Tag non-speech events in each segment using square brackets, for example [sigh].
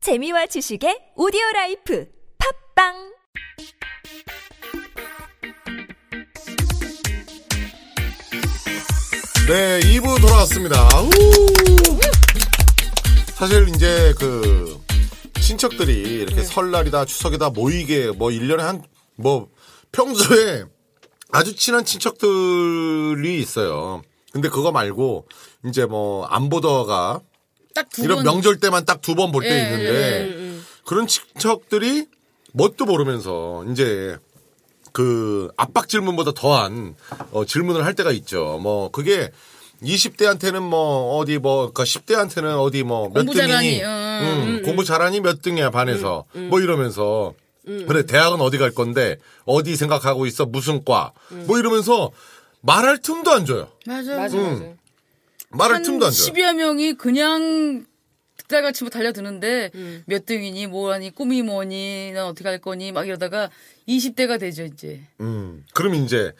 재미와 지식의 오디오 라이프 팝빵 네, 2부 돌아왔습니다. 우! 사실 이제 그 친척들이 이렇게 설날이다 추석이다 모이게 뭐 1년에 한 뭐 평소에 아주 친한 친척들이 있어요. 근데 그거 말고 이제 뭐 안 보다가 딱두 이런 번. 명절 때만 딱 두 번 볼 때 예, 있는데 그런 친척들이 뭣도 모르면서 이제 그 압박 질문보다 더한 어, 질문을 할 때가 있죠. 뭐 그게 20대한테는 뭐 어디 뭐 그러니까 10대한테는 어디 뭐 몇 공부 등이니 잘하니, 어, 음, 음, 공부 잘하니 몇 등이야 반에서 뭐 이러면서 그래 대학은 어디 갈 건데 어디 생각하고 있어 무슨 과 뭐 이러면서 말할 틈도 안 줘요. 맞아. 맞아, 맞아. 말할 한 틈도 안 줘요. 10여 명이 그냥 득달같이 뭐 달려드는데 몇 등이니 뭐하니 꿈이 뭐니 난 어떻게 할 거니 막 이러다가 20대가 되죠 이제 음, 그럼 이제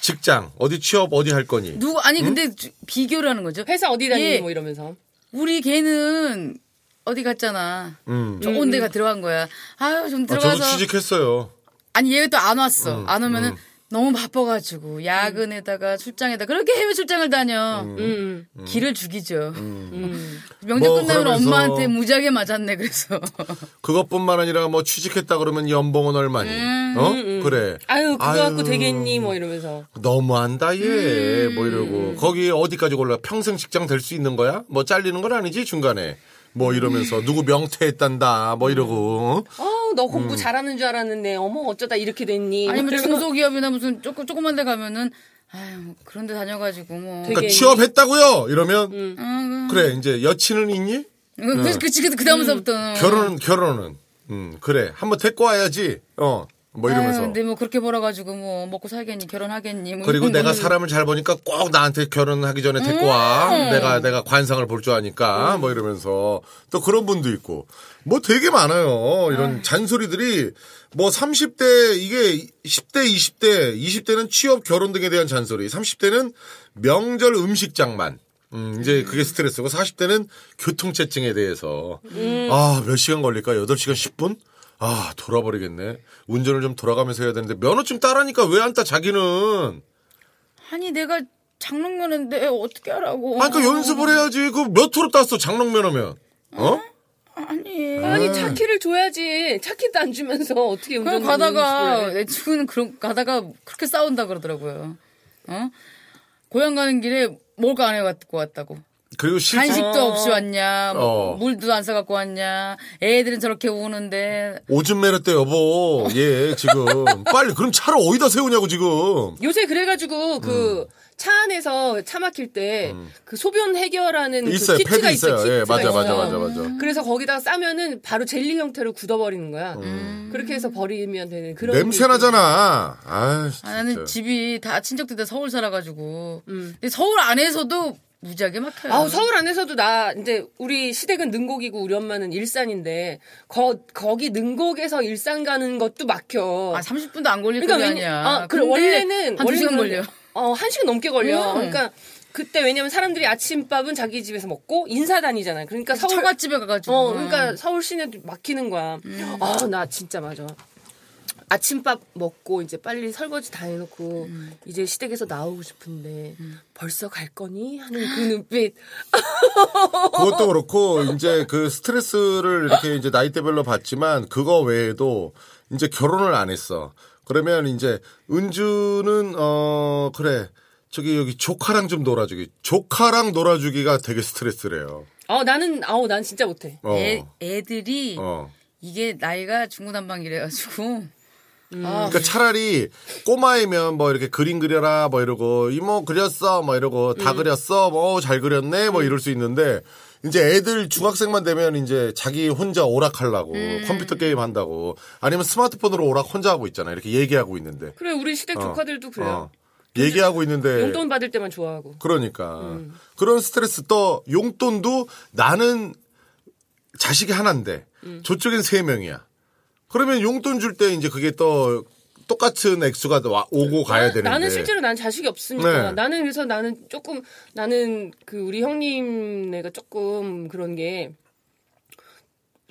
직장 어디 취업 어디 할 거니? 누구 아니 근데 주- 비교를 하는 거죠 회사 어디 다니니 예. 뭐 이러면서. 우리 걔는 어디 갔잖아 음. 좋은 데가 들어간 거야 아유 좀 아, 저도 들어가서 취직했어요. 아니 얘가 또 안 왔어. 안 오면은 너무 바빠가지고 야근에다가 출장에다 그렇게 해외 출장을 다녀. 음. 길을 죽이죠. 명절 뭐 끝나면 그러면서- 엄마한테 무지하게 맞았네. 그래서 그것뿐만 아니라 뭐 취직했다 그러면 연봉은 얼마니? 어? 그래. 음, 아유 그거 갖고 아유, 되겠니 뭐 이러면서. 너무한다 얘. 음. 뭐 이러고 거기 어디까지 골라 평생 직장 될 수 있는 거야? 뭐 잘리는 건 아니지 중간에. 뭐 이러면서 음. 누구 명퇴했단다. 뭐 이러고. 어우 너 공부 잘하는 줄 알았는데 어머 어쩌다 이렇게 됐니. 아니면 뭐 중소기업이나 무슨 조금 조그만 데 가면은 아유 뭐 그런 데 다녀가지고 뭐. 되게- 그러니까 이게- 음. 취업했다고요. 이러면 아, 그래 이제 여친은 있니? 그, 그, 그, 그, 그 다음부터는. 결혼은 결혼은. 음 그래 한번 데리고 와야지. 어 뭐 이러면서. 음, 아유, 근데 뭐 그렇게 벌어가지고 뭐 먹고 살겠니 결혼하겠니 뭐 그리고 이런 내가 거는 사람을 잘 보니까 꼭 나한테 결혼하기 전에 데리고 와. 내가 내가 관상을 볼 줄 아니까 뭐 이러면서 또 그런 분도 있고 뭐 되게 많아요. 이런 잔소리들이 뭐 30대 이게 10대 20대 20대는 취업 결혼 등에 대한 잔소리, 30대는 명절 음식장만. 음, 이제 그게 스트레스고 40대는 교통체증에 대해서 아 몇 시간 걸릴까? 8시간 10분? 아 돌아버리겠네. 운전을 좀 돌아가면서 해야 되는데 면허증 따라니까 왜 안 따? 자기는 아니 내가 장롱면인데 어떻게 하라고 아니, 그러니까 연습을 해야지. 그 몇 호로 땄어, 장롱면허면. 어? 아니 아니 차키를 줘야지. 차키도 안 주면서 어떻게 그걸 운전 가다가 내 친구는 그런 가다가 그렇게 싸운다 그러더라고요. 어? 고향 가는 길에 먹을 거안 해갖고 왔다고. 그리고 실, 간식도 어. 없이 왔냐, 뭐 어. 물도 안 사갖고 왔냐, 애들은 저렇게 우는데. 오줌 매렸대, 여보. 예, [laughs] 지금. 빨리, 그럼 차를 어디다 세우냐고, 지금. 요새 그래가지고 그 차 안에서 차 막힐 때 그 소변 해결하는 있어요. 그 키트가 패드 있어요. 있어요. 예, 키트가 맞아, 있어요. 맞아, 맞아, 맞아. 그래서 거기다가 싸면은 바로 젤리 형태로 굳어버리는 거야. 그렇게 해서 버리면 되는 그런 냄새 나잖아. 아, 아, 나는 진짜. 집이 다 친척들 다 서울 살아가지고. 근데 서울 안에서도 무지하게 막혀요. 음. 아우 서울 안에서도 나 이제 우리 시댁은 능곡이고 우리 엄마는 일산인데 거 거기 능곡에서 일산 가는 것도 막혀. 아, 30분도 안 걸릴 거 그러니까 왜냐- 아니야. 아, 그래 원래는 한두 시간 원래는- 걸려. 어, 한 시간 넘게 걸려. 음. 그러니까 그때 왜냐면 사람들이 아침밥은 자기 집에서 먹고 인사다니잖아요. 그러니까 서울 처갓집에 가가지고. 어, 그러니까 서울 시내도 막히는 거야. 음. 아, 나 진짜 맞아. 아침밥 먹고 이제 빨리 설거지 다 해놓고 음. 이제 시댁에서 나오고 싶은데 벌써 갈 거니 하는 그 눈빛. 그것도 그렇고 이제 그 스트레스를 이렇게 이제 나이대별로 받지만 그거 외에도 이제 결혼을 안 했어. 그러면 이제 은주는 어 그래 저기 여기 조카랑 좀 놀아주기 조카랑 놀아주기가 되게 스트레스래요. 어, 나는 아우 난 진짜 못해. 어. 애, 애들이 어. 이게 나이가 중구난방이래가지고. 아, 그러니까 차라리 꼬마이면 뭐 이렇게 그림 그려라 뭐 이러고 이모 그렸어 뭐 이러고 음. 다 그렸어 뭐 잘 그렸네 뭐 이럴 수 있는데 이제 애들 중학생만 되면 이제 자기 혼자 오락하려고 음. 컴퓨터 게임 한다고 아니면 스마트폰으로 오락 혼자 하고 있잖아 이렇게 얘기하고 있는데 그래 우리 시댁 조카들도 어. 네. 그래요. 얘기하고 있는데 용돈 받을 때만 좋아하고. 그러니까 음. 그런 스트레스 또 용돈도 나는 자식이 하나인데 음. 저쪽엔 세 명이야. 그러면 용돈 줄 때 이제 그게 또 똑같은 액수가 와- 오고 가야 되는데 네. 나는 실제로 난 자식이 없으니까 네. 나는 그래서 나는 조금 나는 그 우리 형님 네가 조금 그런 게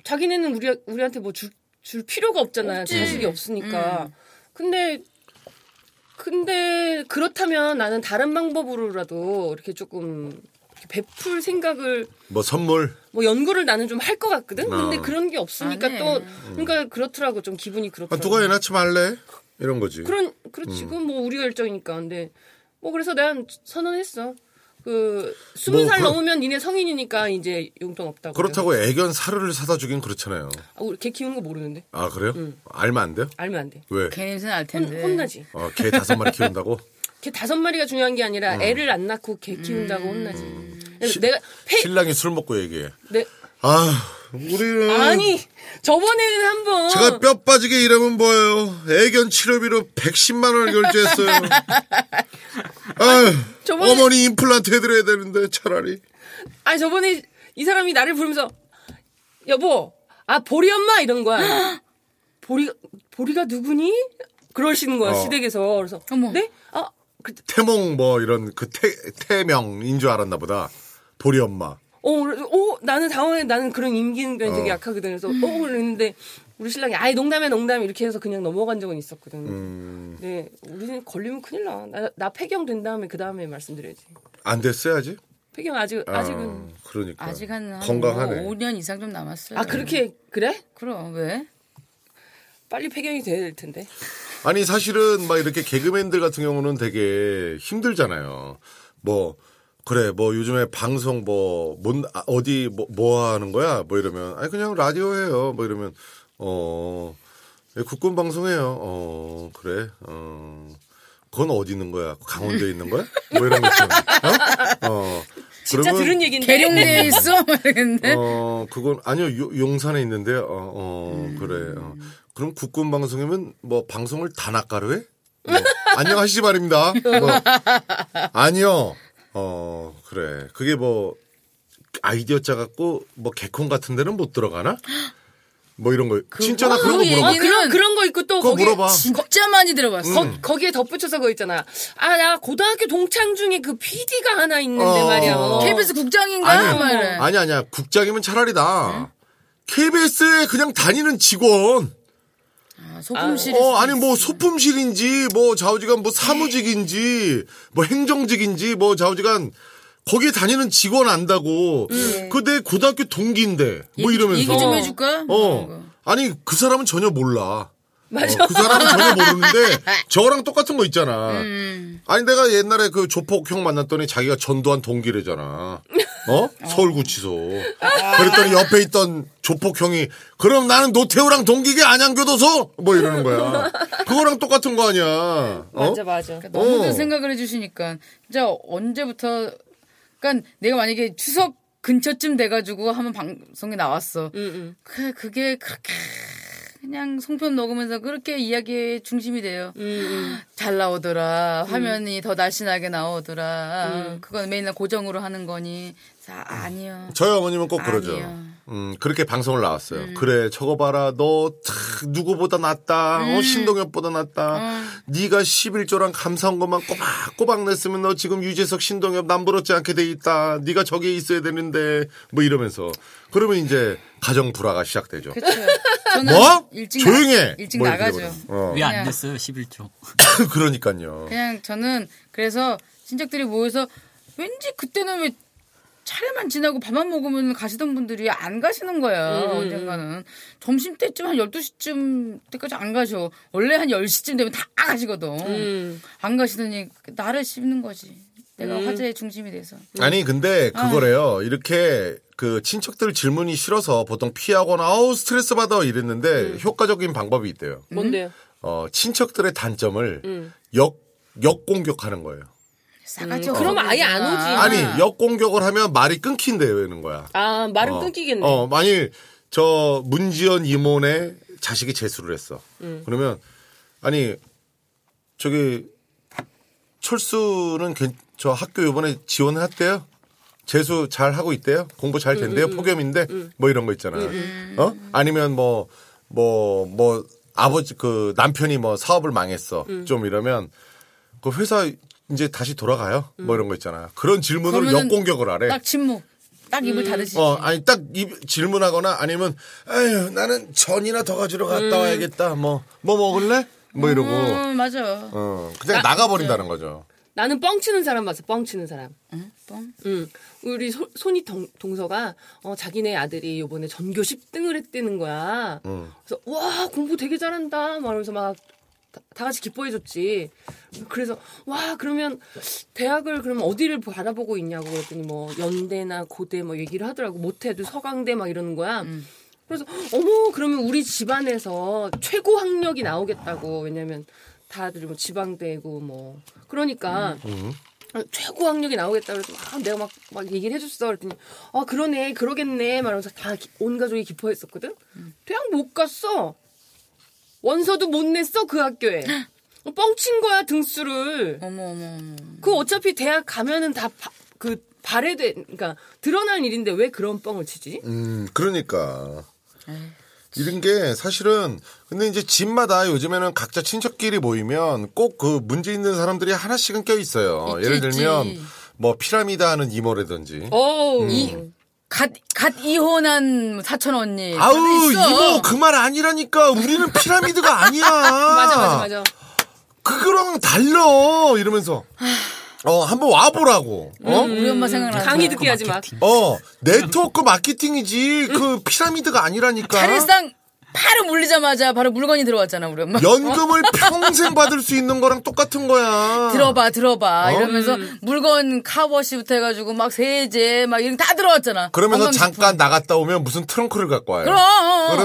자기네는 우리 우리한테 뭐 줄 줄 필요가 없잖아요. 자식이 없으니까. 근데 근데 그렇다면 나는 다른 방법으로라도 이렇게 조금 이렇게 베풀 생각을 뭐 선물 뭐 연구를 나는 좀 할 것 같거든. 근데 어. 그런 게 없으니까 안 해. 또 그러니까 그렇더라고 좀 기분이 아, 그렇더라고. 누가 음. 애 낳지 말래 이런 거지. 음. 그런 그렇지 그건 뭐 우리 결정이니까 근데 뭐 그래서 난 선언했어 그 스무 뭐 살 그렇- 넘으면 니네 성인이니까 이제 용돈 없다고 그렇다고 애견 사료를 사다 주긴 그렇잖아요. 아, 우리 개 키우는 거 모르는데 아 그래요? 음. 알면 안 돼요? 알면 안 돼 왜? 개 냄새는 알 혼, 텐데. 혼나지 어, 개 다섯 마리 [laughs] 키운다고? 개 다섯 마리가 중요한 게 아니라 애를 안 낳고 개 키운다고 혼나지 그래서 음. 시- 내가 페 신랑이 술 먹고 얘기해. 내, 아 우리는 아니 저번에는 한번 제가 뼈 빠지게 일하면 뭐예요? 애견 치료비로 110만 원을 결제했어요. 아유, 저번에- 어머니 임플란트 해드려야 되는데 차라리. 아니 저번에 이 사람이 나를 부르면서 여보 아 보리 엄마 이런 거야 [gasps] 보리 보리가 누구니 그러시는 거야 어. 시댁에서 그래서 어머. 네? 아 그, 태몽 뭐 이런 그 태, 태명인 줄 알았나 보다. 보리 엄마. 어, 그래서, 어, 나는 당황해. 나는 그런 임기응변이 되게 어. 약하거든. 그래서, 음. 어, 그랬는데, 우리 신랑이, 아이, 농담해, 농담해. 이렇게 해서 그냥 넘어간 적은 있었거든. 음. 네, 우리는 걸리면 큰일 나. 나, 나 폐경 된 다음에, 그 다음에 말씀드려야지. 안 됐어야지. 폐경 아직, 아, 아직은. 그러니까. 아직 한 건강하네. 5년 이상 좀 남았어요. 아, 그렇게, 그래? 그럼 왜? 빨리 폐경이 돼야 될 텐데. 아니 사실은 막 이렇게 개그맨들 같은 경우는 되게 힘들잖아요. 뭐 그래 뭐 요즘에 방송 뭐뭔 어디 뭐, 뭐 하는 거야 뭐 이러면 아니 그냥 라디오 해요 뭐 이러면 어 예, 국군 방송해요 어 그래 어 그건 어디 있는 거야 강원도에 있는 거야 뭐 이런 거 있잖아 어, 어. 진짜 그러면 들은 얘긴데. 음. 계룡대에 있어? 모르겠는데. 어, 그건 아니요. 요- 용산에 있는데요. 어, 어, 그래. 어. 그럼 국군 방송이면 뭐 방송을 다 낚아로 해? 뭐, [laughs] 안녕하시지 말입니다. 뭐, 아니요. 어, 그래. 그게 뭐 아이디어 짜 갖고 뭐 개콘 같은 데는 못 들어가나? 뭐 이런 거. 진짜 나 그런 거 그 물어봐. 얘기- 그런, 그런 거 있고 또, 그거 거기. 물어봐. 음. 진짜 많이 들어봤어. 거, 거기에 덧붙여서 그거 있잖아. 아, 나 고등학교 동창 중에 그 PD가 하나 있는데 어. 말이야. KBS 국장인가? 아니, 막 이래. 아니 아니야. 국장이면 차라리 나. KBS에 그냥 다니는 직원. 아, 소품실이. 어, 아니 뭐 소품실인지 뭐 좌우지간 뭐 사무직인지 네. 뭐 행정직인지 뭐 좌우지간 거기에 다니는 직원 안다고. 그 내 고등학교 동기인데 뭐 이러면서. 음. 네. 얘기 좀 해줄까? 어. 아니 그 사람은 전혀 몰라. 맞아. 어, 그 사람은 전혀 모르는데 저랑 똑같은 거 있잖아. 아니 내가 옛날에 그 조폭 형 만났더니 자기가 전두환 동기래잖아. 어? 서울구치소. 그랬더니 옆에 있던 조폭 형이 그럼 나는 노태우랑 동기계 안양교도소 뭐 이러는 거야. 그거랑 똑같은 거 아니야. 어? 맞아, 맞아. 그러니까 너무들 어. 생각을 해주시니까 진짜 언제부터 그러니까 내가 만약에 추석 근처쯤 돼가지고 한번 방송에 나왔어. 그 그게 그렇게 그냥 송편 먹으면서 그렇게 이야기의 중심이 돼요. 잘 나오더라. 화면이 더 날씬하게 나오더라. 그건 맨날 고정으로 하는 거니. 자, 아니요. [laughs] 저희 어머님은 꼭 그러죠. 아니요. 음. 음, 그렇게 방송을 나왔어요. 그래, 저거 봐라. 너 탁, 누구보다 낫다. 어, 음. 신동엽보다 낫다. 네가 11조랑 감사한 것만 꼬박꼬박 냈으면 너 지금 유재석, 신동엽 남부럽지 않게 돼 있다. 네가 저기에 있어야 되는데 뭐 이러면서 그러면 이제 가정 불화가 시작되죠. 그렇죠. 저는 뭐? 일찍 조용해. 나, 일찍 뭐 이렇게 나가죠. 돼버려. 어. [coughs] 왜 그냥- 안 됐어요 11조? 그러니까요. 그냥 저는 그래서 친척들이 모여서 왠지 그때는 왜 차례만 지나고 밥만 먹으면 가시던 분들이 안 가시는 거야, 음. 언젠가는. 점심 때쯤 한 12시쯤 때까지 안 가셔. 원래 한 10시쯤 되면 다 가시거든. 음. 안 가시더니 나를 씹는 거지. 내가 화제의 중심이 돼서. 아니 근데 그거래요. 이렇게 그 친척들 질문이 싫어서 보통 피하거나 아우 스트레스 받아 이랬는데 효과적인 방법이 있대요. 뭔데요? 어, 친척들의 단점을 역, 역공격하는 거예요. 싸가지 음. 없어. 그러면 아예 안 오지. 아. 아니, 역공격을 하면 말이 끊긴대요는 거야. 아, 말은 어. 끊기겠네. 어, 만일 저 문지연 이모네 자식이 재수를 했어. 그러면, 아니, 저기, 철수는 괜- 저 학교 요번에 지원을 했대요? 재수 잘 하고 있대요? 공부 잘 된대요? 폭염인데? 뭐 이런 거 있잖아. 어? 아니면 뭐, 뭐, 뭐, 아버지, 그 남편이 뭐 사업을 망했어. 좀 이러면 그 회사 이제 다시 돌아가요? 뭐 이런 거 있잖아. 그런 질문으로 그러면은 역공격을 하래. 딱 침묵. 딱 입을 닫으시지. 어, 아니, 딱 입- 질문하거나 아니면, 아유, 나는 전이나 더 가지러 갔다 와야겠다. 뭐, 뭐 먹을래? 뭐 이러고. 음, 맞아요. 어, 그냥 나가버린다는 거죠. 나는 뻥치는 사람 봤어. 뻥치는 사람. 응? 뻥? 음, 우리 소, 손이 동, 동서가 어, 자기네 아들이 요번에 전교 10등을 했다는 거야. 그래서 와 공부 되게 잘한다 말하면서 막 다, 다 같이 기뻐해줬지. 그래서 와 그러면 대학을 그러면 어디를 바라보고 있냐고 그랬더니 뭐 연대나 고대 뭐 얘기를 하더라고 못해도 서강대 막 이러는 거야. 그래서 어머 그러면 우리 집안에서 최고 학력이 나오겠다고 왜냐면 다들 뭐 지방대고 뭐 그러니까 어, 최고 학력이 나오겠다 그래서 막 아, 내가 막, 막 얘기를 해줬어 그랬더니 아 그러네 그러겠네 말하면서 다 온 가족이 기뻐했었거든 대학 못 갔어 원서도 못 냈어 그 학교에 어, 뻥친 거야 등수를 어머, 어머, 어머. 음. 그 어차피 대학 가면은 다 그 발해돼 그러니까 드러난 일인데 왜 그런 뻥을 치지 음, 그러니까. 이런 게 사실은 근데 이제 집마다 요즘에는 각자 친척끼리 모이면 꼭 그 문제 있는 사람들이 하나씩은 껴 있어요. 있지, 예를 들면 있지. 뭐 피라미드 하는 이모라든지 음. 어우 갓, 갓 이혼한 사촌 언니. 아우 다들 있어. 이모 그 말 아니라니까 우리는 피라미드가 아니야. 맞아 맞아 맞아 그거랑 달라 이러면서 어 한번 와보라고. 어? 우리 엄마 생각나. 강의 그 듣기 하지 마 어 네트워크 마케팅이지 그 피라미드가 아니라니까. 차례상 바로 물리자마자 바로 물건이 들어왔잖아, 우리 엄마. 연금을 평생 받을 수 있는 거랑 똑같은 거야. 들어봐, 들어봐. 이러면서 음. 물건 카워시부터 해가지고 막 세제 막 이런 거 다 들어왔잖아. 그러면서 건강식품. 잠깐 나갔다 오면 무슨 트렁크를 갖고 와요. 그럼.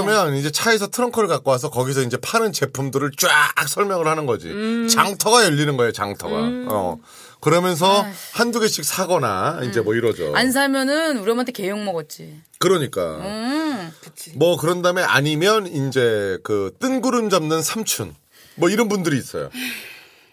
그러면 이제 차에서 트렁크를 갖고 와서 거기서 이제 파는 제품들을 쫙 설명을 하는 거지. 음. 장터가 열리는 거예요, 장터가. 어. 그러면서 한두 개씩 사거나 이제 뭐 이러죠. 안 사면은 어. 우리 엄마한테 개욕 먹었지. 그러니까. 뭐 그런 다음에 아니면 이제 그 뜬구름 잡는 삼촌. 뭐 이런 분들이 있어요.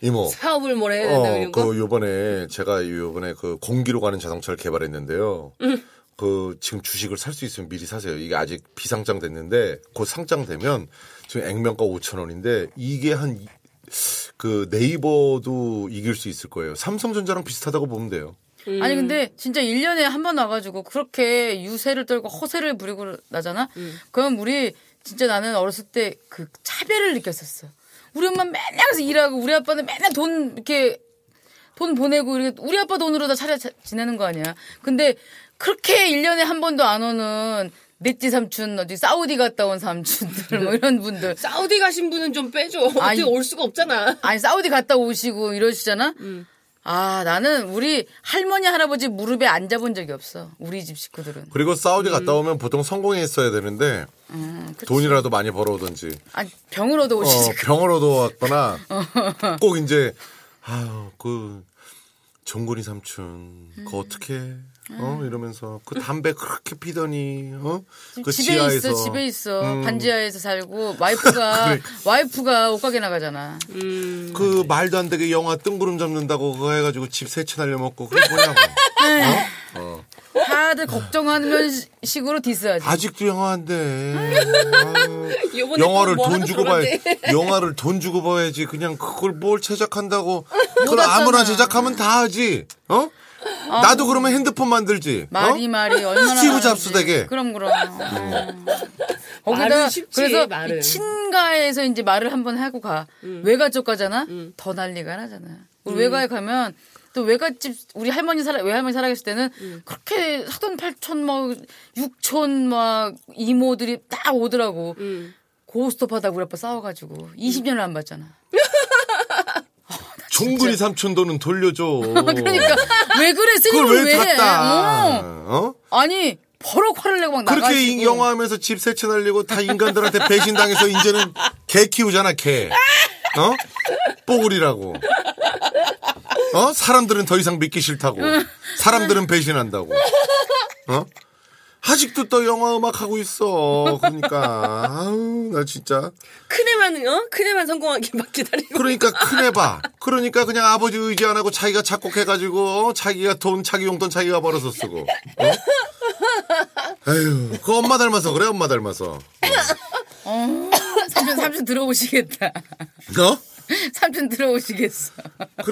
이모. 사업을 뭐래 해야 된다 어, 이런 거 그 요번에 제가 요번에 그 공기로 가는 자동차를 개발했는데요. 음. 그 지금 주식을 살 수 있으면 미리 사세요. 이게 아직 비상장 됐는데 곧 상장 되면 지금 액면가 5천 원인데 이게 한 그 네이버도 이길 수 있을 거예요. 삼성전자랑 비슷하다고 보면 돼요. 아니 근데 진짜 1년에 한 번 와가지고 그렇게 유세를 떨고 허세를 부리고 나잖아. 그럼 우리 진짜 나는 어렸을 때 그 차별을 느꼈었어. 우리 엄마 맨날 가서 일하고 우리 아빠는 맨날 돈 이렇게 돈 보내고 이렇게 우리 아빠 돈으로 다 차려 차- 지내는 거 아니야. 근데 그렇게 1년에 한 번도 안 오는 넷지 삼촌 어디 사우디 갔다 온 삼촌들 뭐 이런 분들 사우디 가신 분은 좀 빼줘 아니. 어떻게 올 수가 없잖아 아니 사우디 갔다 오시고 이러시잖아. 아 나는 우리 할머니 할아버지 무릎에 앉아본 적이 없어. 우리 집 식구들은. 그리고 사우디 갔다 음. 오면 보통 성공했어야 되는데 아, 돈이라도 많이 벌어오든지 아 병으로도 어, [laughs] 오시지. 병으로도 왔거나 어. 꼭 이제 아유 그 종근이 삼촌 음. 그거 어떻게 어 이러면서 그 담배 그렇게 피더니 어그 집에 지하에서 음. 있어 집에 있어 반지하에서 살고 [laughs] 와이프가 와이프가 옷가게 나가잖아. 음. 그 말도 안 되게 영화 뜬구름 잡는다고 그거 해가지고 집 세채 날려먹고 그게 [laughs] 뭐냐고 다들 걱정하는 음. 시- 식으로 디스하지. 아직도 영화인데 아유, 요번에 영화를 또뭐 돈 하나 주고 봐야 들어왔네. 영화를 돈 주고 봐야지 그냥 그걸 뭘 제작한다고 그걸 왔잖아. 아무나 제작하면 다 하지 어 나도 그러면 핸드폰 만들지 어? 말이 말이 얼마나 스티브 많은지. 잡스 되게. 음. 그럼 그럼. 어. 거기다 말은 쉽지, 그래서 말은. 음. 이 친가에서 이제 말을 한번 하고 가. 외가 쪽 가잖아. 더 난리가 나잖아. 우리 외가에 가면 또 외갓집 우리 할머니 살아 외할머니 살아계실 때는 음. 그렇게 사돈 팔촌 막 육촌 막 이모들이 딱 오더라고. 음. 고스톱하다고 우리 아빠 싸워가지고 20년을 안 봤잖아. 종근이 삼촌 돈은 돌려줘. [laughs] [laughs] 그러니까 왜 그래? 쓰는 그걸 걸 왜 왜? 해? 탔다? 어. 어? 아니 버럭 화를 내고 막 나가지고. 그렇게 이 영화하면서 집 세채 날리고 다 인간들한테 배신당해서 이제는 개 키우잖아 개. 어? 뽀글이라고. 어? 사람들은 더 이상 믿기 싫다고. 사람들은 배신한다고. 어? 아직도 또 영화 음악 하고 있어. 그러니까 아우 나 진짜. 큰애만 어 큰애만 성공하길 막 기다리고 그러니까 큰애 봐. 그러니까 그냥 아버지 의지 안 하고 자기가 작곡해가지고 어? 자기가 돈 자기 용돈 자기가 벌어서 쓰고. 어? 에휴, 그 엄마 닮아서 그래 엄마 닮아서. 삼촌 삼촌 들어오시겠다. [laughs] 어? 삼촌 들어오시겠어.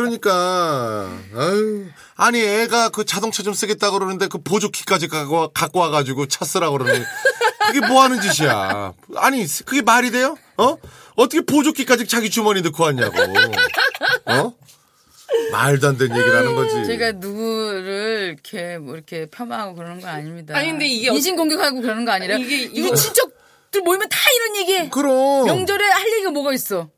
그러니까 아유 아니 애가 그 자동차 좀 쓰겠다고 그러는데 그 보조키까지 갖고, 와- 갖고 와가지고 차 쓰라고 그러는데 그게 뭐 하는 짓이야 아니 그게 말이 돼요? 어? 어떻게 보조키까지 자기 주머니 넣고 왔냐고 어? 말도 안 되는 얘기를 하는 거지 제가 누구를 이렇게 뭐 이렇게 폄하하고 그러는 건 아닙니다. 아니, 근데 이게 인신 공격하고 그러는 거 아니라 이게 이게 어. 이거- 이거 친척들 모이면 다 이런 얘기해. 그럼 명절에 할 얘기가 뭐가 있어?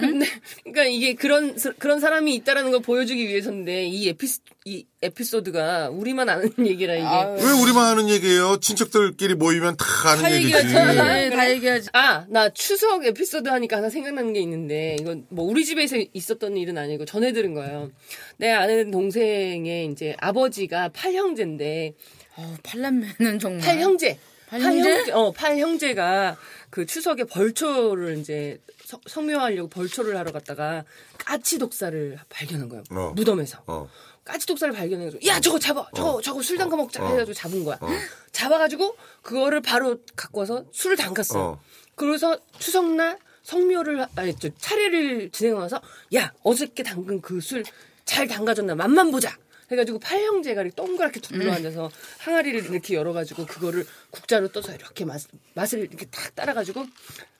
근데 그러니까 이게 그런 스- 그런 사람이 있다라는 걸 보여주기 위해서인데 이 에피스 이 에피소드가 우리만 아는 [laughs] 얘기라 이게. 아유. 왜 우리만 하는 얘기예요? 친척들끼리 모이면 다 아는 다 얘기지 얘기하잖아. 네, 다 얘기하지. 아, 나 추석 에피소드 하니까 하나 생각나는 게 있는데, 이건 뭐 우리 집에서 있었던 일은 아니고 전해 들은 거예요. 내 아는 동생의 이제 아버지가 팔형제인데, 어, 팔남매는 정말. 팔형제! 네. 팔형제? 어, 팔형제가 그 추석에 벌초를 이제 성- 성묘하려고 벌초를 하러 갔다가 까치 독사를 발견한 거예요. 어. 무덤에서. 어. 까치 독사를 발견해가지고 야 저거 잡아 저거 저거 술 담가 먹자 해가지고 잡은 거야 [gasps] 잡아가지고 그거를 바로 갖고 와서 술을 담갔어 어. 그래서 추석날 성묘를 하- 아니 저 차례를 진행하면서 야 어저께 담근 그 술 잘 담가졌나 맛만 보자 해가지고 팔형제가 이렇게 동그랗게 둘러앉아서 항아리를 이렇게 열어가지고 그거를 국자로 떠서 이렇게 맛, 맛을 이렇게 탁 따라가지고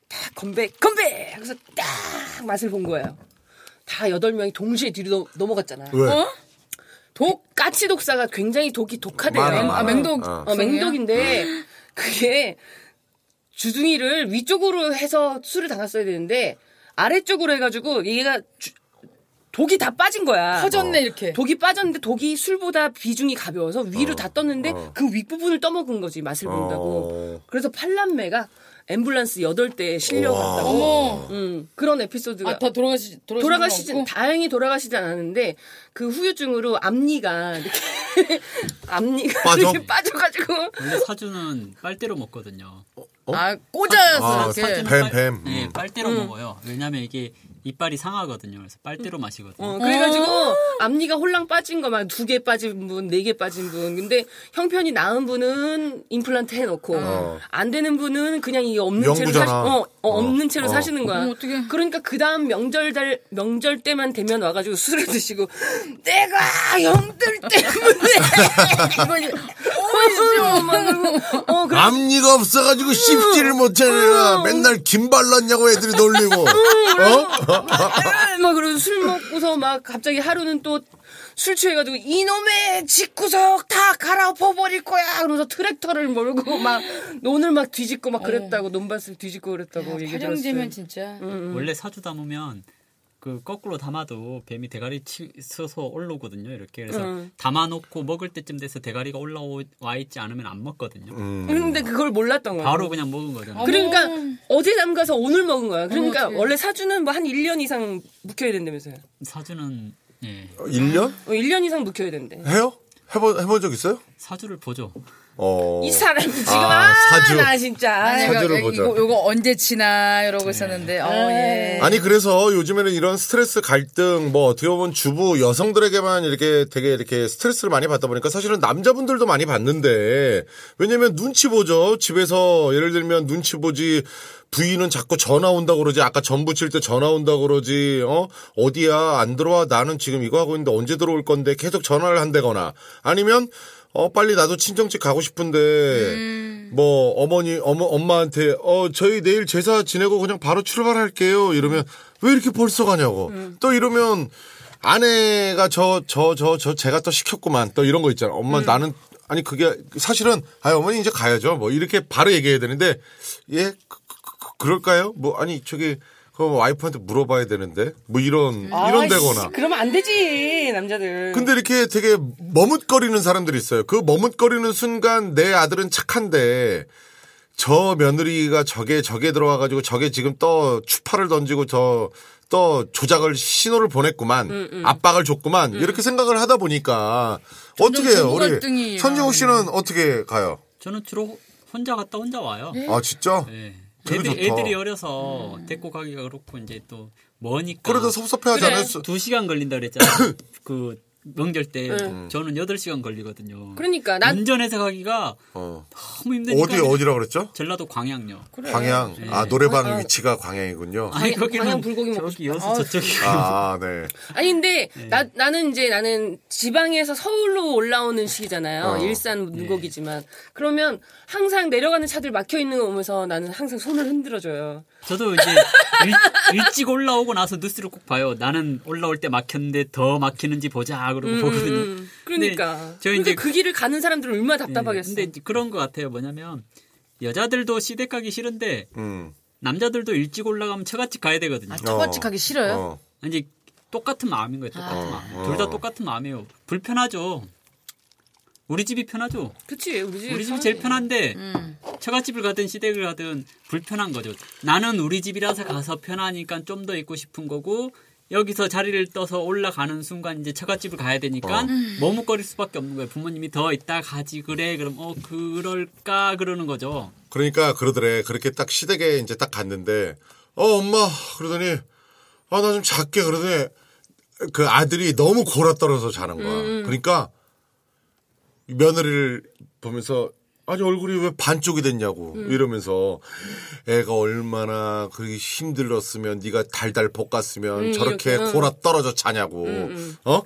탁 건배 건배 하고서 딱 맛을 본 거예요 다 여덟 명이 동시에 뒤로 넘- 넘어갔잖아요 왜? 독 까치 독사가 굉장히 독이 독하대요. 많아, 아, 많아. 맹독. 어. 어, 맹독인데 그게 주둥이를 위쪽으로 해서 술을 담갔어야 되는데 아래쪽으로 해가지고 얘가 주- 독이 다 빠진 거야. 어. 퍼졌네, 이렇게. 독이 빠졌는데 독이 술보다 비중이 가벼워서 어, 위로 다 떴는데 그 윗부분을 떠먹은 거지 맛을 본다고. 어. 그래서 팔남매가 앰뷸런스 8대에 실려갔다고. 어머. 음, 그런 에피소드가 아, 더 돌아가시, 돌아가시 돌아가시진 다행히 돌아가시진 않았는데 그 후유증으로 앞니가 이렇게 [laughs] 앞니가 빠져? 이렇게 빠져가지고 원래 사주는 빨대로 먹거든요. 아, 꽂아서 어? 아, 이렇게. [laughs] 사- 뱀, 뱀. 네, 음. 빨대로 먹어요. 왜냐면 이게 이빨이 상하거든요. 그래서 빨대로 마시거든요. 어, 그래가지고 아. 앞니가 홀랑 빠진 거 막 두 개 빠진 분 네 개 빠진 분 근데 형편이 나은 분은 임플란트 해놓고 안 되는 분은 그냥 이게 없는 채로 어. 명부잖아. 사시, 어, 어, 없는 어. 채로 어. 사시는 거야 어머, 어떡해. 그러니까 그 다음 명절 달 명절 때만 되면 와가지고 술을 드시고 내가 형들 [laughs] 때문에 이거 어, 그래. 어. 앞니가 없어가지고 씹지를 못하느라 맨날 김 발랐냐고 애들이 놀리고 어? 아, 막 그러고 술 먹고서 막 갑자기 하루는 또 술 취해가지고 이놈의 집구석 다 갈아엎어버릴 거야 그러면서 트랙터를 몰고 막 논을 막 뒤집고 막 그랬다고 논밭을 뒤집고 뭐 그랬다고 얘기 들었어요. 팔형제면 어. 진짜. 원래 사주 담으면 그 거꾸로 담아도 뱀이 대가리 치서 올라오거든요. 이렇게 그래서 담아놓고 먹을 때쯤 돼서 대가리가 올라와 있지 않으면 안 먹거든요. 음. 음. 근데 그걸 몰랐던 거야. 바로 그냥 먹은 거잖아요. 그러니까 어제 담가서 오늘 먹은 거야. 그러니까 어머, 어떡해. 원래 사주는 뭐 한 1년 이상 묵혀야 된다면서요. 사주는 예, 1년? 어, 1년 이상 묵혀야 된대. 해요? 해본 해본 적 있어요? 사주를 보죠. 어. 이 사람 지금 아, 아, 사주. 나 진짜. 아, 사주를 네. 이거- 보자. 이거, 이거 언제 치나 이러고 있었는데. 어, 예. 아니 그래서 요즘에는 이런 스트레스 갈등 뭐 어떻게 보면 주부 여성들에게만 이렇게 되게 이렇게 스트레스를 많이 받다 보니까 사실은 남자분들도 많이 받는데 왜냐면 눈치 보죠 집에서 예를 들면 눈치 보지 부인은 자꾸 전화 온다고 그러지 아까 전 부칠 때 전화 온다고 그러지 어 어디야 안 들어와 나는 지금 이거 하고 있는데 언제 들어올 건데 계속 전화를 한다거나 아니면 어 빨리 나도 친정집 가고 싶은데 음. 뭐 어머니 어머 엄마한테 어 저희 내일 제사 지내고 그냥 바로 출발할게요 음. 이러면 왜 이렇게 벌써 가냐고 또 이러면 아내가 저 저 저 저 제가 또 시켰구만 또 이런 거 있잖아 음. 엄마 나는 아니 그게 사실은 아 어머니 이제 가야죠 뭐 이렇게 바로 얘기해야 되는데 예 그, 럴까요뭐 아니 저기 그럼 와이프한테 물어봐야 되는데 뭐 이런 이런 데거나 음. 아이씨, 그러면 안 되지 남자들. 근데 이렇게 되게 머뭇거리는 사람들이 있어요. 그 머뭇거리는 순간 내 아들은 착한데 저 며느리가 저게 저게 들어와가지고 저게 지금 또 추파를 던지고 저 또 조작을 신호를 보냈구만 압박을 줬구만 이렇게 생각을 하다 보니까 어떻게 해요 정보 우리 갈등이 선정욱 씨는 어떻게 가요? 저는 주로 혼자 갔다 혼자 와요. 아 진짜? 예. 되게 좋다. 애들, 애들이 어려서 데리고 가기가 그렇고 이제 또 머니까 그래도 섭섭해하지 않아요? [coughs] 두 시간 걸린다 그랬잖아요. 그 넘길 때 음. 저는 8시간 걸리거든요. 네. 그러니까 난 운전해서 가기가 어. 너무 힘드니까 어디 어디라 그랬죠? 전라도 광양요. 그래. 광양. 네. 아 노래방 위치가 광양이군요. 아니 광양- 광양 불고기 먹고 저기 여수 저쪽이 아 네. 아니 근데 예. 나 나는 이제 나는 지방에서 서울로 올라오는 시기잖아요. 어. 일산 예. 문곡이지만 그러면 항상 내려가는 차들 막혀 있는 거 보면서 나는 항상 손을 흔들어 줘요. 저도 이제 일, 일찍 올라오고 나서 뉴스를 꼭 봐요. 나는 올라올 때 막혔는데 더 막히는지 보자 그러고 음, 보거든요. 그러니까 저 근데 네, 저 이제 이제 그 길을 가는 사람들은 얼마나 예, 답답하겠어. 근데 이제 그런 것 같아요. 뭐냐면 여자들도 시댁 가기 싫은데 음. 남자들도 일찍 올라가면 처갓집 가야 되거든요. 아, 처같이 어. 가기 싫어요? 어. 이제 똑같은 마음인 거예요. 똑같은 마음. 둘 다 똑같은 마음이에요. 불편하죠. 우리 집이 편하죠. 그치 우리 집 우리 집이 제일 편한데 음. 처갓집을 가든 시댁을 가든 불편한 거죠. 나는 우리 집이라서 가서 편하니까 좀 더 있고 싶은 거고 여기서 자리를 떠서 올라가는 순간 이제 처갓집을 가야 되니까 머뭇거릴 수밖에 없는 거예요. 부모님이 더 있다 가지 그래 그럼 어 그럴까 그러는 거죠. 그러니까 그러더래. 그렇게 딱 시댁에 이제 딱 갔는데 어 엄마 그러더니 아 나 좀 작게 그러더니 그 아들이 너무 골아떨어서 자는 거야. 그러니까 며느리를 보면서 아니 얼굴이 왜 반쪽이 됐냐고 이러면서 애가 얼마나 그 힘들었으면 네가 달달 볶았으면 저렇게 골아 떨어져 자냐고 어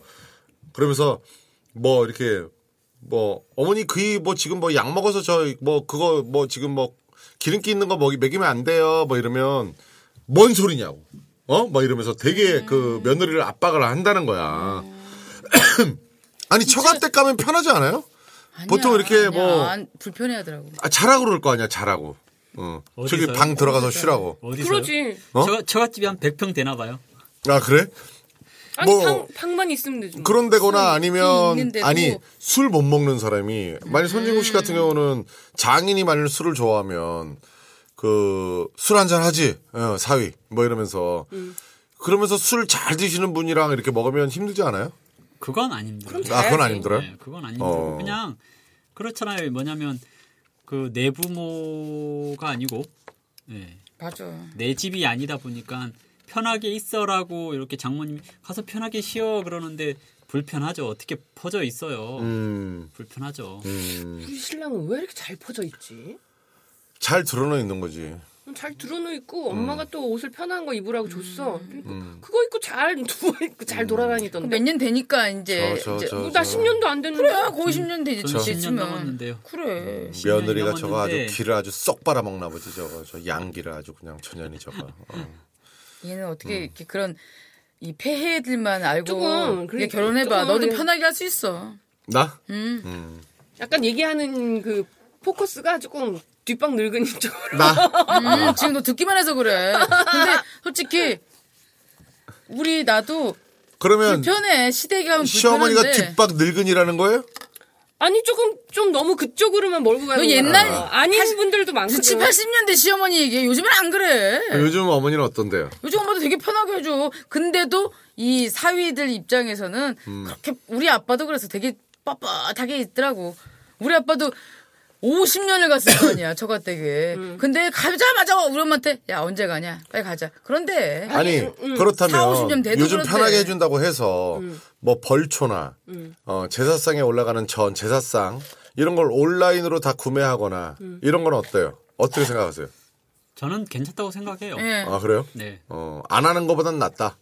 그러면서 뭐 이렇게 뭐 어머니 그이 뭐 지금 뭐 약 먹어서 저 뭐 그거 뭐 지금 뭐 기름기 있는 거 먹이 먹이면 안 돼요 뭐 이러면 뭔 소리냐고 어 막 이러면서 되게 그 음. 며느리를 압박을 한다는 거야 아니 처갓댁 가면 편하지 않아요? 아니야, 보통 이렇게 뭐- 안- 불편해하더라고. 아, 자라고 그럴 거 아니야 자라고 어. 저기 어디서요? 방 들어가서 쉬라고 어디서? 그러지. 어? 처갓집이 한 100평 되나 봐요. 아 그래? 아니 뭐- 방, 방만 있으면 되지. 뭐. 그런 데거나 아니면 있는데도. 음. 아니 술 못 먹는 사람이 만약 손진국 씨 같은 경우는 장인이 만약 술을 좋아하면 그 술 한잔 하지 어, 사위 뭐 이러면서 음. 그러면서 술 잘 드시는 분이랑 이렇게 먹으면 힘들지 않아요? 그건 아닙니다. 아 그건 안 자야지. 힘들어요? 네, 그건 아니고 어. 그냥 그렇잖아요. 뭐냐면 그 내부모가 아니고 네, 맞아. 내 집이 아니다 보니까 편하게 있어라고 이렇게 장모님이 가서 편하게 쉬어 그러는데 불편하죠. 어떻게 퍼져 있어요. 음, 불편하죠. 우리 신랑은 왜 이렇게 잘 퍼져 있지? 잘 드러나 있는 거지. 잘 드러누 있고 음. 엄마가 또 옷을 편한 거 입으라고 줬어. 음. 그러니까 그거 입고 잘 [laughs] 누워 있고 잘 돌아다니던데. 몇 년 되니까 이제 저, 저, 이제 음. 저, 그렇죠. 나 10년도 안 됐는데. 그래 거의 10년 되지. 저는 10년 지금. 넘었는데요. 그래. 음. 신경이 며느리가 저거 아주 넘었는데 기를 아주 쏙 빨아먹나 보지 저거 저 양기를 아주 그냥 천연이 저거 어. 얘는 어떻게 음. 이렇게 그런 이 폐해들만 알고 조금, 얘 그러니까 결혼해봐. 조금 너도 그래. 편하게 할 수 있어. 나? 약간 얘기하는 그 포커스가 조금 뒷방 늙은 [laughs] 쪽으로. 나? [laughs] 음, 지금 너 듣기만 해서 그래. 근데 솔직히 우리 나도 그러면 불편해. 시댁이 가면 불편한데. 시어머니가 뒷박 늙은이라는 거예요? 아니 조금 좀 너무 그쪽으로만 몰고 가는. 너 거야. 옛날 어, 아닌 분들도 많거든. 70, 80년대 시어머니 얘기해. 요즘은 안 그래. 요즘 어머니는 어떤데요? 요즘 엄마도 되게 편하게 해줘. 근데도 이 사위들 입장에서는 그렇게 우리 아빠도 그래서 되게 뻣뻣하게 있더라고. 우리 아빠도 50년을 갔을 거 아니야, 처갓댁에. 음. 근데 가자마자 우리 엄마한테, 야, 언제 가냐? 빨리 가자. 그런데. 아니 음, 사, 오십 년 그렇다면 돼도 요즘 그런데. 음. 편하게 해준다고 해서 뭐 벌초나 어, 제사상에 올라가는 전 제사상 이런 걸 온라인으로 다 구매하거나 음. 이런 건 어때요? 어떻게 생각하세요? 저는 괜찮다고 생각해요. 예. 아 그래요? 네. 어, 안 하는 것보단 낫다.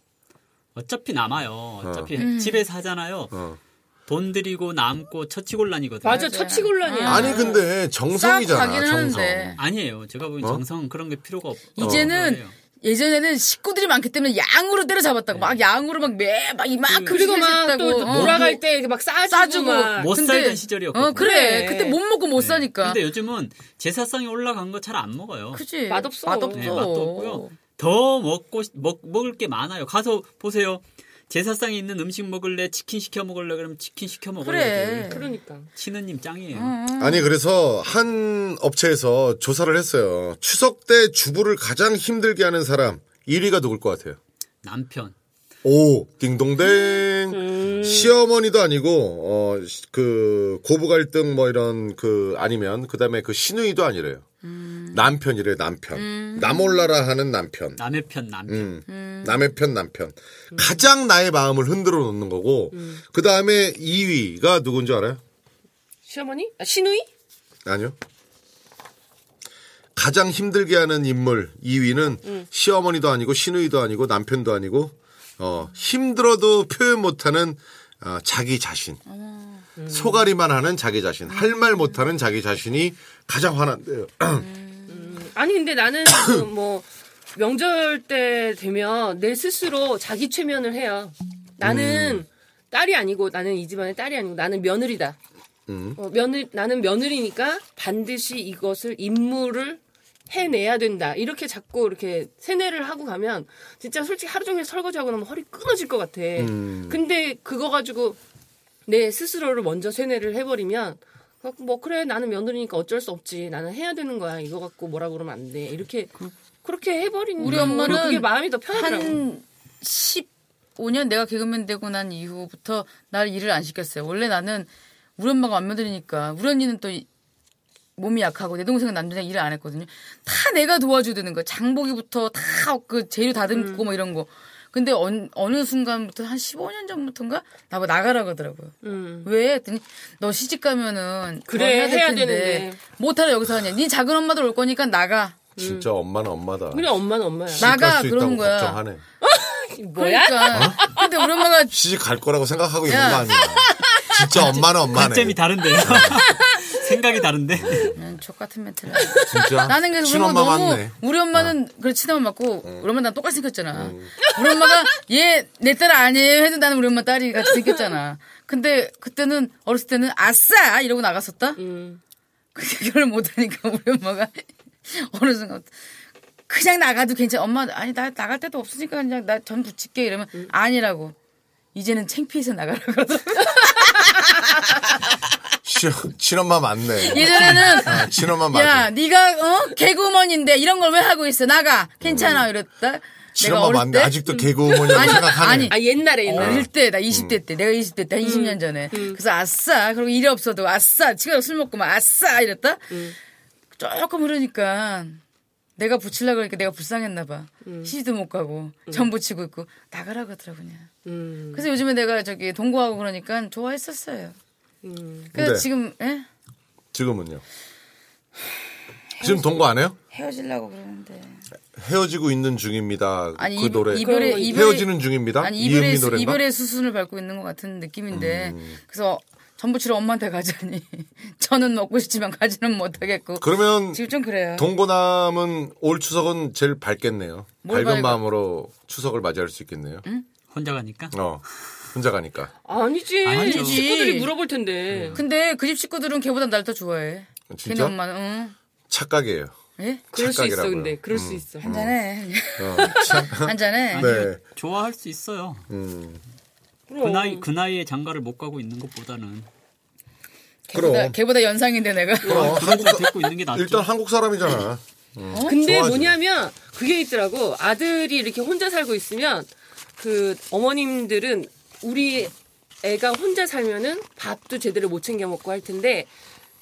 어차피 남아요. 어차피 집에서 하잖아요. 어. 돈 들이고 남고 처치곤란이거든요. 맞아 처치곤란이야. 아니 근데 네. 싸고 정성이잖아 가기는 정성. 하는데. 아니에요. 제가 어? 보기엔 정성 그런 게 필요가 없. 이제는 어, 그래요. 네. 예전에는 식구들이 많기 때문에 양으로 때려잡았다고. 막 네. 양으로 막 매, 막 음. 이만큼 그리고 막 또뭐 시켜줬다고. 어. 돌아갈 때 이렇게 막 싸주고. 싸주고 뭐. 막. 못 근데- 살던 시절이었거든요. 어, 그래. 네. 그때 못 먹고 못 사니까. 근데 요즘은 제사상에 올라간 거 잘 안 먹어요. 그지 맛없어. 맛없어. 네, 맛도 없고요. 더 먹고 싶- 먹 먹을 게 많아요. 가서 보세요. 제사상에 있는 음식 먹을래, 치킨 시켜 먹을래, 그럼 치킨 시켜 그래. 먹어야지. 그러니까. 치느님 짱이에요. 음. 아니 그래서 한 업체에서 조사를 했어요. 추석 때 주부를 가장 힘들게 하는 사람 1위가 누굴 것 같아요? 남편. 오, 띵동댕. 음. 시어머니도 아니고 어 그 고부 갈등 뭐 이런 그 아니면 그다음에 그 시누이도 아니래요. 남편이래 남편. 나몰라라 하는 남편. 남의 편 남편. 음. 남의 편 남편. 가장 나의 마음을 흔들어 놓는 거고 그 다음에 2위가 누군지 알아요? 시어머니? 아, 시누이? 아니요. 가장 힘들게 하는 인물 2위는 음. 시어머니도 아니고 시누이도 아니고 남편도 아니고 어, 힘들어도 표현 못하는 어, 자기 자신. 아. 소가리만 하는 자기 자신, 음. 할 말 못하는 자기 자신이 가장 화난대요. 아니 근데 나는 그뭐 명절 때 되면 내 스스로 자기 최면을 해요. 나는 딸이 아니고 나는 이 집안의 딸이 아니고 나는 며느리다. 어, 며느 나는 며느리니까 반드시 이것을 임무를 해내야 된다. 이렇게 자꾸 이렇게 세뇌를 하고 가면 진짜 솔직히 하루 종일 설거지하고 나면 허리 끊어질 것 같아. 근데 그거 가지고 내 스스로를 먼저 세뇌를 해버리면 그래갖고 뭐 그래 나는 며느리니까 어쩔 수 없지 나는 해야 되는 거야 이거 갖고 뭐라 그러면 안 돼 이렇게 그렇게 해버리는 우리 거. 엄마는 그게 마음이 더 편하더라고 한 15년 내가 개그맨 되고 난 이후부터 날 일을 안 시켰어요. 원래 나는 우리 엄마가 완며드리니까 우리 언니는 또 이- 몸이 약하고 내 동생은 남동생 일을 안 했거든요. 다 내가 도와줘야 되는 거야. 장보기부터 다 그 재료 음. 다듬고 뭐 이런 거. 근데 언- 어느 순간부터 한 15년 전부터인가 나보고 나가라 그러더라고요. 음. 왜? 했더니 너 시집 가면은 그래, 뭐 될 해야 텐데 되는데. 못하러 여기서 하냐. 네 작은 엄마도 올 거니까 나가. 진짜 엄마는 엄마다. 그래 엄마는 엄마야 시집 갈 나가, 수 그러는 있다고 거야. 걱정하네. 뭐야 어? 그러니까. 근데 우리 엄마가 시집 갈 거라고 생각하고 있는 야. 거 아니야. 진짜 엄마는 엄마네. 관점이 [laughs] 다른데요. 생각이 다른데. 음, 족 같은 멘트를. 진짜. 나는 그래서 우리 엄마 네. 친엄마 너무 맞네. 어. 우리 엄마는 그래 친엄마 맞고 우리 엄마 난 똑같이 생겼잖아. 우리 엄마가 얘 내 딸 아니에요 해도 나는 우리 엄마 딸이 같이 생겼잖아. 근데 그때는 어렸을 때는 아싸 이러고 나갔었다. 근데 그걸 못하니까 우리 엄마가 어느 순간 그냥 나가도 괜찮아. 엄마 아니 나 나갈 데도 없으니까 그냥 나 전 붙일게 이러면 아니라고. 이제는 창피해서 나가라고 그러더라고. 시- 친엄마 맞네. 예전에는 아, 친엄마 야, 맞네. 네가 어? 개그우먼인데 이런 걸 왜 하고 있어? 나가. 괜찮아. 이랬다. 내가 친엄마 어릴 음. 뭐 맞네. 때 음. 아직도 개그우먼이라고 생각하네. 아니. 아 옛날에 옛날에 어릴 때, 나 음. 20대 때, 내가 20대 때, 한 20년 전에. 그래서 아싸. 그리고 일이 없어도 아싸. 지가 술 먹고 막 아싸. 이랬다. 조금 흐르니까 내가 붙이려고 그러니까 내가 불쌍했나 봐. 시집도 못 가고 전 붙이고 있고 나가라고 하더라고 그냥. 음. 그래서 요즘에 내가 저기 동거하고 그러니까 좋아했었어요. 그래서 근데 지금 예? 지금은요. 지금 동거 안 해요? 헤어지려고 그러는데. 헤어지고 있는 중입니다. 아니, 그 이- 노래. 이별의- 이별의- 헤어지는 중입니다. 아니 이은미 이별의 수- 노래인가? 음. 이별의 수순을 밟고 있는 것 같은 느낌인데 그래서 전부치러 엄마한테 가자니 [laughs] 저는 먹고 싶지만 가지는 못하겠고 그러면 지금 좀 그래요. 동고남은 올 추석은 제일 밝겠네요. 뭘 밝은 밝아? 마음으로 추석을 맞이할 수 있겠네요. 혼자 가니까. 어. 혼자 가니까. 아니지 아니죠. 식구들이 물어볼 텐데 음. 근데 그 집 식구들은 걔보단 날 더 좋아해. 진짜? 걔네 엄마는 응. 착각이에요. 예? 그럴 수 있어 착각이라고요. 음. 근데 그럴 수 있어 한잔해. 어. [laughs] 한잔해. 네. 좋아할 수 있어요. 그 그럼 나이 그 나이에 장가를 못 가고 있는 것보다는 걔보다, 그럼. 걔보다 연상인데 내가. 그럼 그런 거 한국 듣고 있는 게 낫죠. 어. 일단 한국 사람이잖아. 근데 좋아하지. 뭐냐면 그게 있더라고 아들이 이렇게 혼자 살고 있으면 그 어머님들은 우리 애가 혼자 살면은 밥도 제대로 못 챙겨 먹고 할 텐데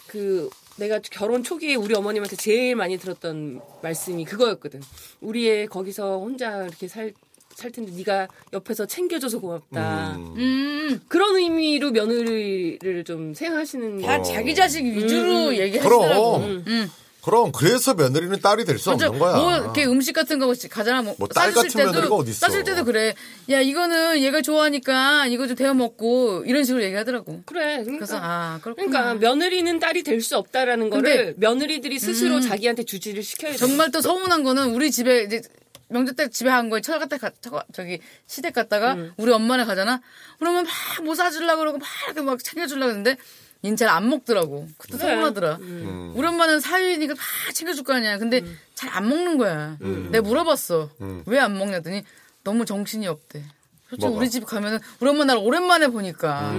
그 내가 결혼 초기에 우리 어머님한테 제일 많이 들었던 말씀이 그거였거든 우리 애 거기서 혼자 이렇게 살, 살 텐데 네가 옆에서 챙겨줘서 고맙다 음. 그런 의미로 며느리를 좀 생각하시는 다 아, 자기 자식 위주로 얘기하시더라고. 음, 그럼. 음. 그럼 그래서 며느리는 딸이 될 수 먼저 없는 거야. 뭐 이렇게 음식 같은 거 가잖아 뭐, 뭐딸 싸줄 같은 며느리가 때도 어디 있어. 싸줄 때도 그래. 야 이거는 얘가 좋아하니까 이거 좀 데워 먹고 이런 식으로 얘기하더라고. 그래 그러니까 그래서 아 그렇구나. 그러니까 며느리는 딸이 될 수 없다라는 근데- 음. 거를 며느리들이 스스로 자기한테 주지를 시켜야 돼. 정말 또 서운한 거는 우리 집에 이제 명절 때 집에 간 거에 철 갔다 가, 처가- 저기 시댁 갔다가 우리 엄마네 가잖아. 그러면 막 뭐 사주려고 그러고 막 이렇게 막 챙겨주려고 했는데 얘는 잘 안 먹더라고. 그때 서운하더라. 음. 우리 엄마는 사위니까 막 챙겨줄 거 아니야. 근데 잘 안 먹는 거야. 음. 내가 물어봤어. 왜 안 먹냐더니 너무 정신이 없대. 솔직히 뭐가? 음. 우리 집 가면은 우리 엄마 나를 오랜만에 보니까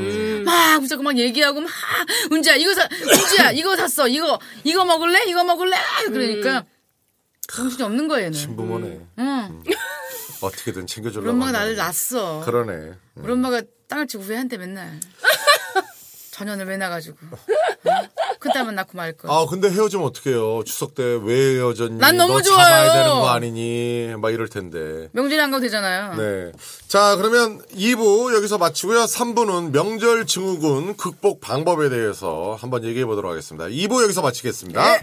막 무조건 막 얘기하고 막 은지야 이거 사 은지야 이거 샀어 이거 이거 먹을래 이거 먹을래 그러니까 정신이 없는 거야 얘는. 부모네. 응. [laughs] 어떻게든 챙겨주려고. 우리 엄마가 하네. 나를 낳았어. 그러네. [laughs] 우리 엄마가 땅을 치고 후회한대 맨날. 전현을 왜 나가지고. 어? 그때 만나고 말 걸. 아 근데 헤어지면 어떡해요 추석 때 왜 헤어졌니 난 너무 너 잡아야 좋아요. 되는 거 아니니 막 이럴 텐데 명절에 안 가도 되잖아요. 네. 자, 그러면 2부 여기서 마치고요. 3부는 명절 네. 증후군 극복 방법에 대해서 한번 얘기해 보도록 하겠습니다. 2부 여기서 마치겠습니다.